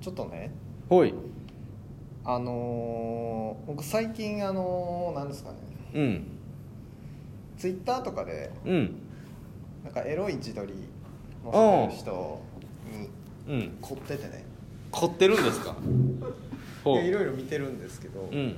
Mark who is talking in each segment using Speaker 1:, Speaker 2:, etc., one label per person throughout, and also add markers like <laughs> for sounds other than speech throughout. Speaker 1: ちょっとね
Speaker 2: ほい
Speaker 1: あのー僕最近あのーなんですかね
Speaker 2: うん
Speaker 1: ツイッターとかで
Speaker 2: うん
Speaker 1: なんかエロい自撮り載せてる人に
Speaker 2: うん
Speaker 1: 凝っててね
Speaker 2: 凝ってるんですかほう
Speaker 1: でいろいろ見てるんですけど、
Speaker 2: うん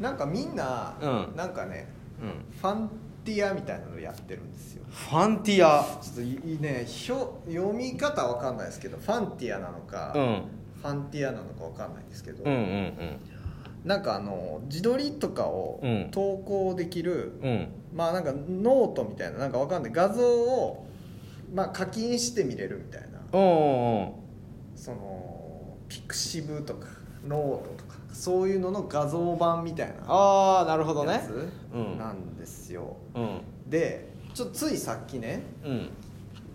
Speaker 1: なんかみんな、
Speaker 2: うん
Speaker 1: なんかね
Speaker 2: うん
Speaker 1: ファンティアみたいなのやってるんですよ
Speaker 2: ファンティア
Speaker 1: ちょっといいねひょ読み方わかんないですけどファンティアなのか、
Speaker 2: うん
Speaker 1: ファンティアなのかわかんないんですけど、
Speaker 2: うんうん
Speaker 1: なんかあの自撮りとかを
Speaker 2: うん
Speaker 1: 投稿できる、
Speaker 2: うんうん
Speaker 1: まあなんかノートみたいななんかわかんない画像を、まあ、課金して見れるみたいな
Speaker 2: おー
Speaker 1: そのピクシブとかノートとかそういうのの画像版みたいな
Speaker 2: ああなるほど
Speaker 1: や
Speaker 2: ね
Speaker 1: つ
Speaker 2: うん
Speaker 1: なんですよ、
Speaker 2: うん
Speaker 1: でちょついさっきね
Speaker 2: うん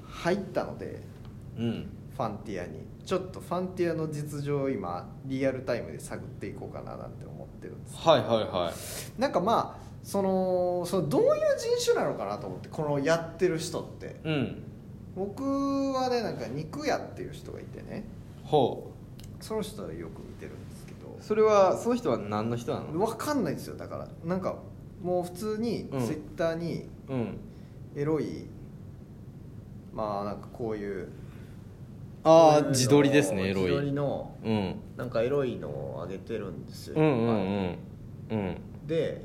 Speaker 1: 入ったので
Speaker 2: うん
Speaker 1: ファンティアにちょっとファンティアの実情を今リアルタイムで探っていこうかななんて思ってるんです
Speaker 2: はいはいはい
Speaker 1: なんかまあそのそのどういう人種なのかなと思ってこのやってる人って
Speaker 2: うん
Speaker 1: 僕はねなんか肉屋っていう人がいてね
Speaker 2: ほ
Speaker 1: その人はよく見てるんですけ
Speaker 2: う
Speaker 1: ど
Speaker 2: それはその人は何の人なの
Speaker 1: わかんないんですよだからなんかもう普通に
Speaker 2: うん
Speaker 1: ツイッターに
Speaker 2: うん
Speaker 1: エロい、まあなんかこういうこう
Speaker 2: あ
Speaker 1: いうのを
Speaker 2: あ自撮りですねエロ
Speaker 1: 自撮り
Speaker 2: い
Speaker 1: の
Speaker 2: うん
Speaker 1: なんかエロいのを上げてるんですよ、
Speaker 2: うんうんう
Speaker 1: はい
Speaker 2: んうん
Speaker 1: で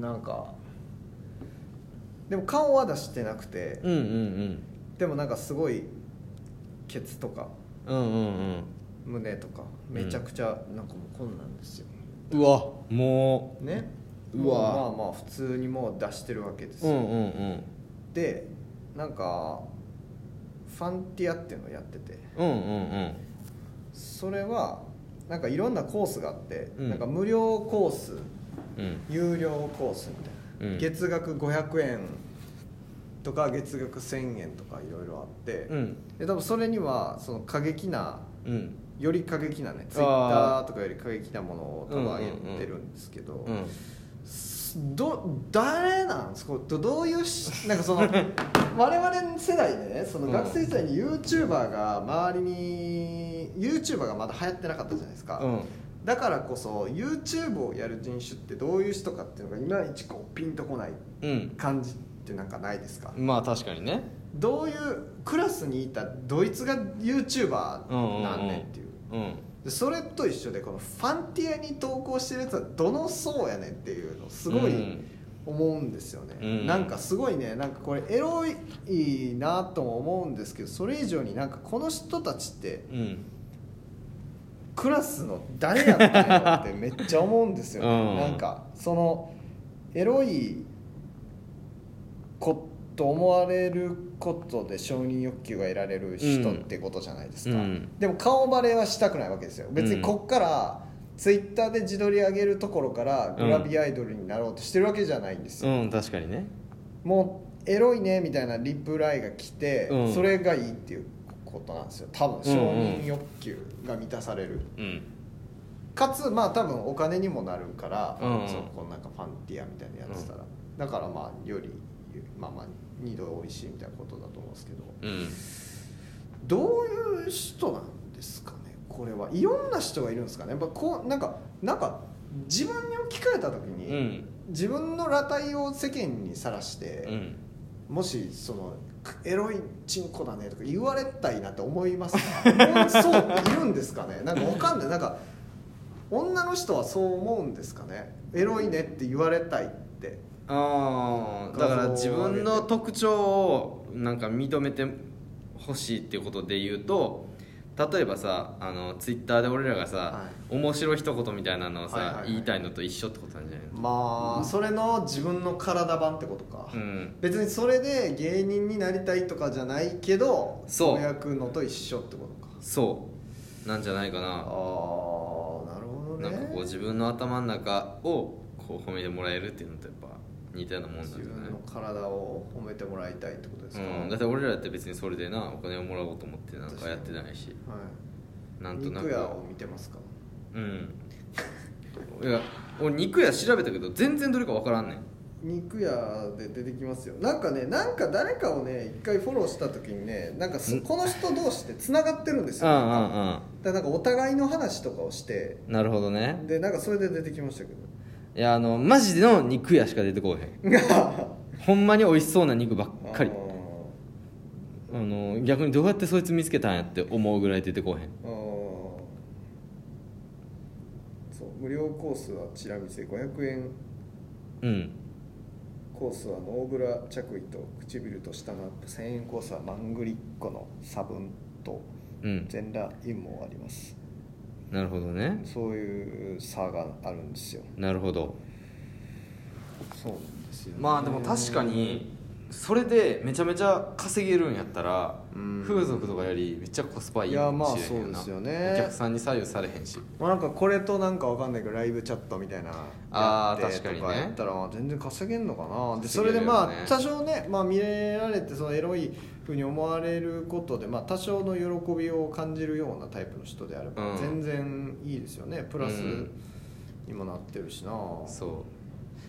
Speaker 1: なんかでも顔は出してなくて、
Speaker 2: うんうん
Speaker 1: でもなんかすごいケツとか
Speaker 2: うんうんうん
Speaker 1: 胸とかめちゃくちゃなんかもうこんなんですよ、
Speaker 2: うんうわも
Speaker 1: ね
Speaker 2: うわ
Speaker 1: もまあまあ普通にもう出してるわけです
Speaker 2: うう
Speaker 1: よ、
Speaker 2: んうんうん
Speaker 1: でなんかファンティアっていうのをやってて
Speaker 2: うんうんうん
Speaker 1: それはなんかいろんなコースがあって、
Speaker 2: うん
Speaker 1: なんか無料コース
Speaker 2: うん
Speaker 1: 有料コースみたいな、
Speaker 2: うん
Speaker 1: 月額500円とか月額1000円とかいろいろあって、
Speaker 2: うん
Speaker 1: で多分それにはその過激な
Speaker 2: うん
Speaker 1: より過激なねツイッタ
Speaker 2: あ
Speaker 1: ーとかより過激なものを多分上げてるんですけど、
Speaker 2: うん
Speaker 1: すど誰なんですかどどういうし <laughs> なんかその我々世代でねその学生時代に YouTuber が周りに YouTuber がまだ流行ってなかったじゃないですか、
Speaker 2: うん
Speaker 1: だからこそ YouTube をやる人種ってどういう人かっていうのがいまいちこうピンとこない
Speaker 2: うん
Speaker 1: 感じってなんかないですか、
Speaker 2: まあ確かにね
Speaker 1: どういうクラスにいたどいつが YouTuber
Speaker 2: うんうんうん
Speaker 1: なんねんっていう,、
Speaker 2: うん
Speaker 1: でそれと一緒でこのファンティアに投稿してるやつはどの層やねんっていうのすごい、
Speaker 2: うん
Speaker 1: 思うんですよね、
Speaker 2: うん
Speaker 1: なんかすごいねなんかこれエロいなとも思うんですけどそれ以上になんかこの人たちって
Speaker 2: うん
Speaker 1: クラスの誰やったんやろってめっちゃ思うんですよ、ね
Speaker 2: うん
Speaker 1: なんかそのエロいこと思われることで承認欲求が得られる人ってことじゃないですか、
Speaker 2: うん
Speaker 1: でも顔バレはしたくないわけですよ別にこっからツイッターで自撮り上げるところからグラビアアイドルになろうとしてるわけじゃないんですよ
Speaker 2: うん確かにね
Speaker 1: もうエロいねみたいなリプライが来て、
Speaker 2: うん
Speaker 1: それがいいっていうことなんですよ多分承認欲求が満たされる、
Speaker 2: うん
Speaker 1: かつまあ多分お金にもなるから、
Speaker 2: うんうん
Speaker 1: そのこのなんかファンティアみたいなやってたら、だからまあよりまあまあ二度おいしいみたいなことだと思うんですけど
Speaker 2: うん
Speaker 1: どういう人なんですかねこれはいろんな人がいるんですかねやっぱこうなんかなんか自分に置き換えた時に、
Speaker 2: うん
Speaker 1: 自分の裸体を世間にさらして、
Speaker 2: うん
Speaker 1: もしそのエロいチンコだねとか言われたいなって思い
Speaker 2: <laughs>
Speaker 1: ますかそうっているんですかねなんかわかんないなんか女の人はそう思うんですかねエロいねって言われたいって
Speaker 2: ああだから自分の特徴をなんか認めてほしいっていうことで言うと例えばさあのツイッターで俺らがさ、
Speaker 1: は
Speaker 2: 面白い一言みたいなのをさ、
Speaker 1: はいはいはい
Speaker 2: 言いたいのと一緒ってことなんじゃないの
Speaker 1: まあそれの自分の体版ってことか、
Speaker 2: うん
Speaker 1: 別にそれで芸人になりたいとかじゃないけど
Speaker 2: そう
Speaker 1: やくのと一緒ってことか
Speaker 2: そうなんじゃないか
Speaker 1: ああ
Speaker 2: な
Speaker 1: なるほど
Speaker 2: なん
Speaker 1: ね
Speaker 2: かこう自分の頭の中をこう褒めてもらえるっていうのとやっぱ似たようなもんなんじゃ
Speaker 1: 自
Speaker 2: ない
Speaker 1: 分の体を褒めてもらいたいってことですか、
Speaker 2: うん、だって俺らって別にそれでなお金をもらおうと思ってなんかやってないし
Speaker 1: はい
Speaker 2: なんとなく
Speaker 1: 肉屋を見てますか
Speaker 2: うんいや俺肉屋調べたけど全然どれか分からんねん
Speaker 1: 肉屋で出てきますよなんかねなんか誰かをね一回フォローした時にねなんかそこの人同士でつながってるんです
Speaker 2: う
Speaker 1: よ、
Speaker 2: んう
Speaker 1: なんか
Speaker 2: ん
Speaker 1: だからなんかお互いの話とかをして
Speaker 2: うんなるほどね
Speaker 1: でなんかそれで出てきましたけ
Speaker 2: いやあのマジの肉屋しか出てこうへん <laughs>
Speaker 1: ど
Speaker 2: ほんまに美味しそうな肉ばっかり
Speaker 1: あ
Speaker 2: あの逆にどうやってそいつ見つけたんやって思うぐらい出てこう
Speaker 1: ー
Speaker 2: へん
Speaker 1: あーそう無料コースはチラ見せ500円
Speaker 2: うん
Speaker 1: コースはノーブラ着衣と唇と下のアップ1000円コースはマングリッコの差分と
Speaker 2: うん
Speaker 1: 全裸湯もあります
Speaker 2: なるほどね
Speaker 1: そういう差があるんですよ
Speaker 2: なるほど
Speaker 1: そうなんですよ
Speaker 2: まあでも確かにそれでめちゃめちゃ稼げるんやったら
Speaker 1: うん
Speaker 2: 風俗とかよりめっちゃコスパいい
Speaker 1: いやまあ
Speaker 2: かもしれへんな
Speaker 1: そうですよね
Speaker 2: お客さんに左右されへんし
Speaker 1: まあなんかこれとなんかわかんないけどライブチャットみたいな
Speaker 2: あー
Speaker 1: やってと
Speaker 2: 確かにね
Speaker 1: やったらまあ全然稼げんのかなでそ
Speaker 2: 稼
Speaker 1: れ
Speaker 2: げるよね
Speaker 1: でまあ多少ね、まあ、見れられてそのエロいふうに思われることで、まあ、多少の喜びを感じるようなタイプの人であれ
Speaker 2: う
Speaker 1: ば
Speaker 2: ん
Speaker 1: 全然いいですよね、プラス
Speaker 2: うん
Speaker 1: にもなってるしな、
Speaker 2: そ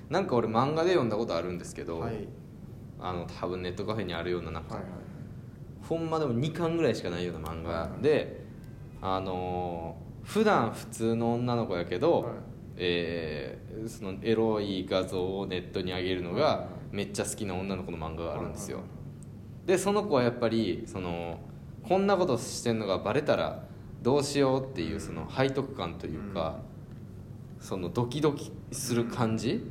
Speaker 2: うなんか俺漫画で読んだことあるんですけど、
Speaker 1: はい、はい
Speaker 2: あの多分ネットカフェにあるようななんか、
Speaker 1: はい
Speaker 2: ほんまでも2巻ぐらいしかないような漫画で、あのー普段普通の女の子やけど、
Speaker 1: はい
Speaker 2: えーそのエロい画像をネットに上げるの
Speaker 1: はいは
Speaker 2: がめっちゃ好きな女の子の漫画があるんですよ、
Speaker 1: はいはい
Speaker 2: でその子はやっぱりそのこんなことしてんのがバレたらどうしようっていうその背徳感というか、そのドキドキする感じ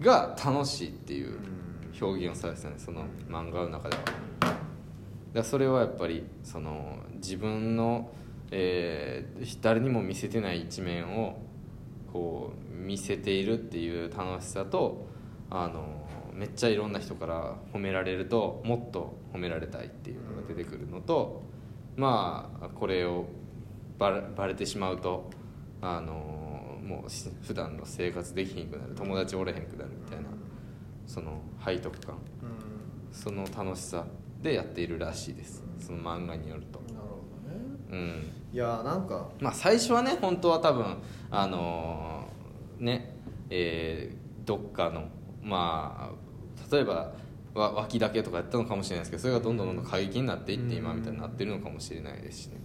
Speaker 2: が楽しいっていう表現をされてたねその漫画の中ではだからそれはやっぱりその自分の、えー誰にも見せてない一面をこう見せているっていう楽しさとあのめっちゃいろんな人から褒められるともっと褒められたいっていうのが出てくるのと、まあこれをバレバレてしまうとあのもうし普段の生活できひんくなる友達おれへんくなるみたいなその背徳感
Speaker 1: うん
Speaker 2: その楽しさでやっているらしいですその漫画によると
Speaker 1: なるほどね
Speaker 2: うん
Speaker 1: いやーなんか
Speaker 2: まあ最初はね本当は多分あのーねえーどっかのまあ例えばわ脇だけとかやったのかもしれないですけどそれがどんどんどんどん過激になっていって
Speaker 1: うん
Speaker 2: 今みたいになってるのかもしれないですしね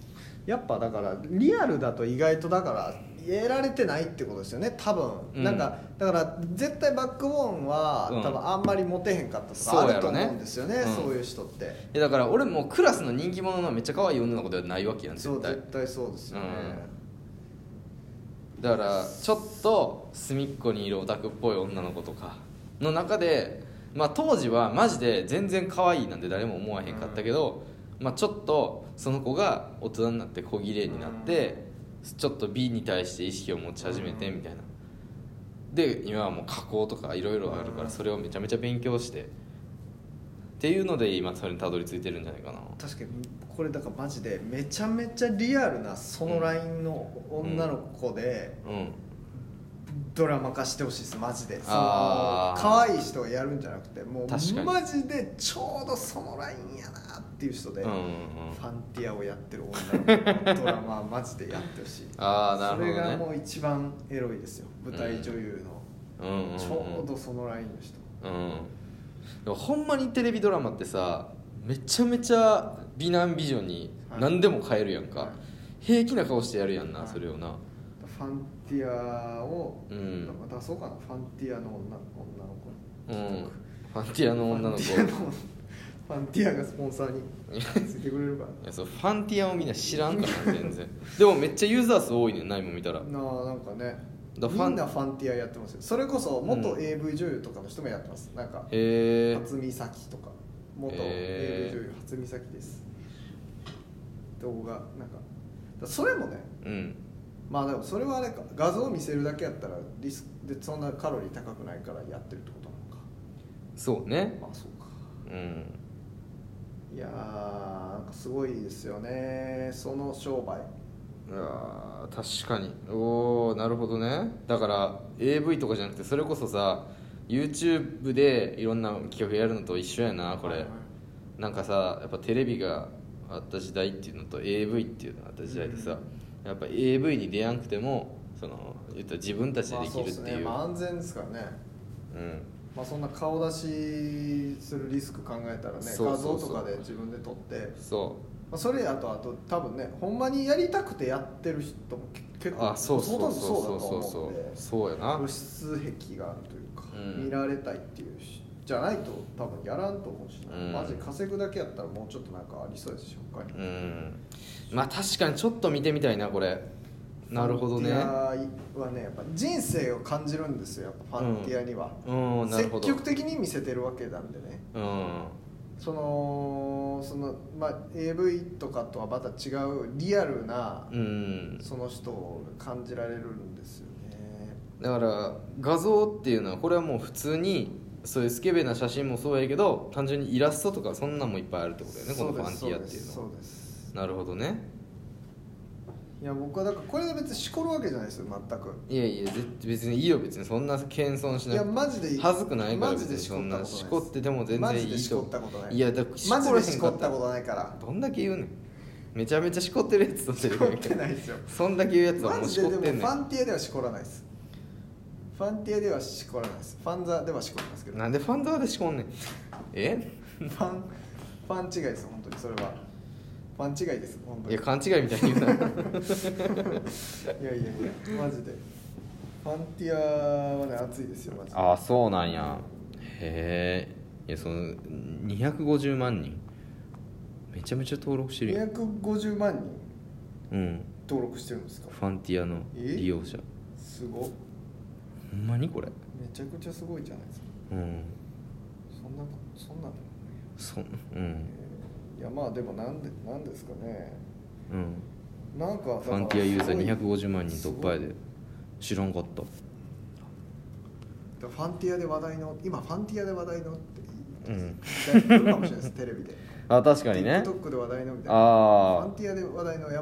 Speaker 1: やっぱだからリアルだと意外とだから得られてないってことですよね多分、
Speaker 2: うん
Speaker 1: なんかだから絶対バックボーンは、
Speaker 2: うん
Speaker 1: 多分あんまりモテへんかったと
Speaker 2: そう
Speaker 1: かあ
Speaker 2: や
Speaker 1: ると
Speaker 2: ろね
Speaker 1: 思うんですよねそう
Speaker 2: うん
Speaker 1: いう人って
Speaker 2: いやだから俺もクラスの人気者のめっちゃ可愛い女の子ではないわけやん
Speaker 1: そ
Speaker 2: 絶
Speaker 1: う
Speaker 2: 対
Speaker 1: 絶対そうですよね、
Speaker 2: だからちょっと隅っこにいるオタクっぽい女の子とかの中で、まあ、当時はマジで全然可愛いなんて誰も思わへんかったけど、まあ、ちょっとその子が大人になって小綺麗になって、ちょっと美に対して意識を持ち始めてみたいな、で今はもう加工とかいろいろあるか
Speaker 1: うん
Speaker 2: らそれをめちゃめちゃ勉強してっていうので今それにたどり着いてるんじゃないかな
Speaker 1: 確かにこれだからマジでめちゃめちゃリアルなそのラインの女の子で
Speaker 2: うん
Speaker 1: ドラマ化してほしいですマジでその
Speaker 2: あー
Speaker 1: 可愛い人がやるんじゃなくても
Speaker 2: 確か
Speaker 1: う
Speaker 2: に
Speaker 1: マジでちょうどそのラインやなっていう人で、
Speaker 2: うんうんうん
Speaker 1: ファンティアをやってる女の子のドラママジでやってほしい
Speaker 2: ああなるほどね
Speaker 1: それがもう一番エロいですよ舞台女優
Speaker 2: うんうんう
Speaker 1: の
Speaker 2: ん
Speaker 1: ちょうどそのラインの人
Speaker 2: うんでもほんまにテレビドラマってさめちゃめちゃ美男美女に
Speaker 1: はい
Speaker 2: 何でも変えるやんか、
Speaker 1: はい
Speaker 2: 平気な顔してやるやんな、
Speaker 1: はい
Speaker 2: それをな
Speaker 1: ファンティアを
Speaker 2: うん
Speaker 1: なんか出そうかなファンティアの女女の子
Speaker 2: うんファンティアの女の子
Speaker 1: ファンティアのファンティアがスポンサーについてくれるか
Speaker 2: いやそうファンティアをみんな知らんからな全然でもめっちゃユーザー数多いねんな今見たら
Speaker 1: らなあなんかね
Speaker 2: だファン
Speaker 1: みんなファンティアやってますよそれこそ元
Speaker 2: うん
Speaker 1: AV 女優とかの人もやってますなんか
Speaker 2: へえ
Speaker 1: 初見咲とか元 AV 女
Speaker 2: えー
Speaker 1: 優初見咲です動画なんかだそれもね
Speaker 2: うん
Speaker 1: まあでもそれはあれか画像を見せるだけやったらリスクでそんなカロリー高くないからやってるってことな
Speaker 2: そうね
Speaker 1: のかまあそうか
Speaker 2: うん
Speaker 1: いやーなんかすごいですよねその商売
Speaker 2: あー確かにおおなるほどねだから AV とかじゃなくてそれこそさ YouTube でいろんな企画やるのと一緒やなこれ、
Speaker 1: はいはい
Speaker 2: なんかさやっぱテレビがあった時代っていうのと AV っていうのがあった時代でさ、やっぱ AV に出やんくてもその言ったら自分たちでできるっ
Speaker 1: ま
Speaker 2: ていう、
Speaker 1: あ、そうですね、まあ、安全ですからね
Speaker 2: うん
Speaker 1: まあ、そんな顔出しするリスク考えたらね
Speaker 2: そうそうそ
Speaker 1: 画
Speaker 2: う
Speaker 1: 像とかで自分で撮って、
Speaker 2: そ
Speaker 1: まあ、それあとあと多分ねほんまにやりたくてやってる人もけ結
Speaker 2: う
Speaker 1: 構
Speaker 2: あそうそうそうそう
Speaker 1: 相当
Speaker 2: そう
Speaker 1: だと思
Speaker 2: そ
Speaker 1: うんで
Speaker 2: うそうやな
Speaker 1: 露出癖があるというか、
Speaker 2: うん
Speaker 1: 見られたいっていうしじゃないと多分やらんと思うしな、
Speaker 2: うん
Speaker 1: マジ稼ぐだけやったらもうちょっとなんかありそうですし他に
Speaker 2: うんまあ確かにちょっと見てみたいなこれなるほどね
Speaker 1: ファンティアはねやっぱ人生を感じるんですよやっぱファンティアには、
Speaker 2: うんなる
Speaker 1: 積
Speaker 2: ほど
Speaker 1: 極的に見せてるわけなんでね
Speaker 2: うん
Speaker 1: そのその、まあ、AV とかとはまた違うリアルな
Speaker 2: うん
Speaker 1: その人を感じられるんですよね
Speaker 2: だから画像っていうのはこれはもう普通にそういうスケベな写真もそうやけど単純にイラストとかそんなんもいっぱいあるってことだよねこ
Speaker 1: そ
Speaker 2: の
Speaker 1: う
Speaker 2: フ
Speaker 1: で
Speaker 2: ァン
Speaker 1: す
Speaker 2: ティアっていうの
Speaker 1: そ
Speaker 2: は
Speaker 1: うですそうです
Speaker 2: なるほどね
Speaker 1: いや僕はだからこれで別にしこるわけじゃないですよ全く
Speaker 2: いやいやぜ別にいいよ別にそんな謙遜しないい
Speaker 1: やマジで
Speaker 2: 恥ずくないから
Speaker 1: マジで
Speaker 2: 別に
Speaker 1: し
Speaker 2: そ
Speaker 1: こっ
Speaker 2: ん
Speaker 1: た
Speaker 2: な
Speaker 1: ことない
Speaker 2: しこってても全然いいと
Speaker 1: マジでしこったことない
Speaker 2: いやだから
Speaker 1: マジでしこ
Speaker 2: こ
Speaker 1: ったこととないから
Speaker 2: どんだけ言うねんめちゃめちゃしこってるやつとし
Speaker 1: しこってないですよ
Speaker 2: そんだけ言うやつは
Speaker 1: マ
Speaker 2: もう
Speaker 1: ジ
Speaker 2: しこ
Speaker 1: でで
Speaker 2: っ
Speaker 1: も
Speaker 2: てん
Speaker 1: フ
Speaker 2: ね
Speaker 1: ァンティアではしこらないですファンティアではしこらないですファンザではしこりますけ
Speaker 2: ん
Speaker 1: ど
Speaker 2: なんでファンドでしこんねんえ
Speaker 1: フ <laughs> ァンファン違いです本当にそれはファン違いです本当
Speaker 2: い
Speaker 1: に
Speaker 2: や勘違いみたいに言
Speaker 1: い
Speaker 2: うな
Speaker 1: やいやいやマジでファンティアはね熱いですよマジで
Speaker 2: ああそうなんやへえいやその250万人めちゃめちゃ登録してるやん
Speaker 1: 250万人
Speaker 2: うん
Speaker 1: 登録してるんですか
Speaker 2: ファンティアの利用者
Speaker 1: すごっ
Speaker 2: ほんまにこれ
Speaker 1: めちゃくちゃすごいじゃないですか
Speaker 2: うん
Speaker 1: そんなそんなの
Speaker 2: そうん
Speaker 1: いやまあでもなんでなんですかね
Speaker 2: うん
Speaker 1: なんかだから
Speaker 2: ファンティアユーザー
Speaker 1: すごい
Speaker 2: 250万人突破やで知らんかった
Speaker 1: ファンティアで話題の今ファンティアで話題のって
Speaker 2: うん
Speaker 1: 言うかもしれないですテレビで
Speaker 2: <laughs> あ確かにね
Speaker 1: TikTok で話題のみたいなファ
Speaker 2: あ
Speaker 1: ンティアで話題の山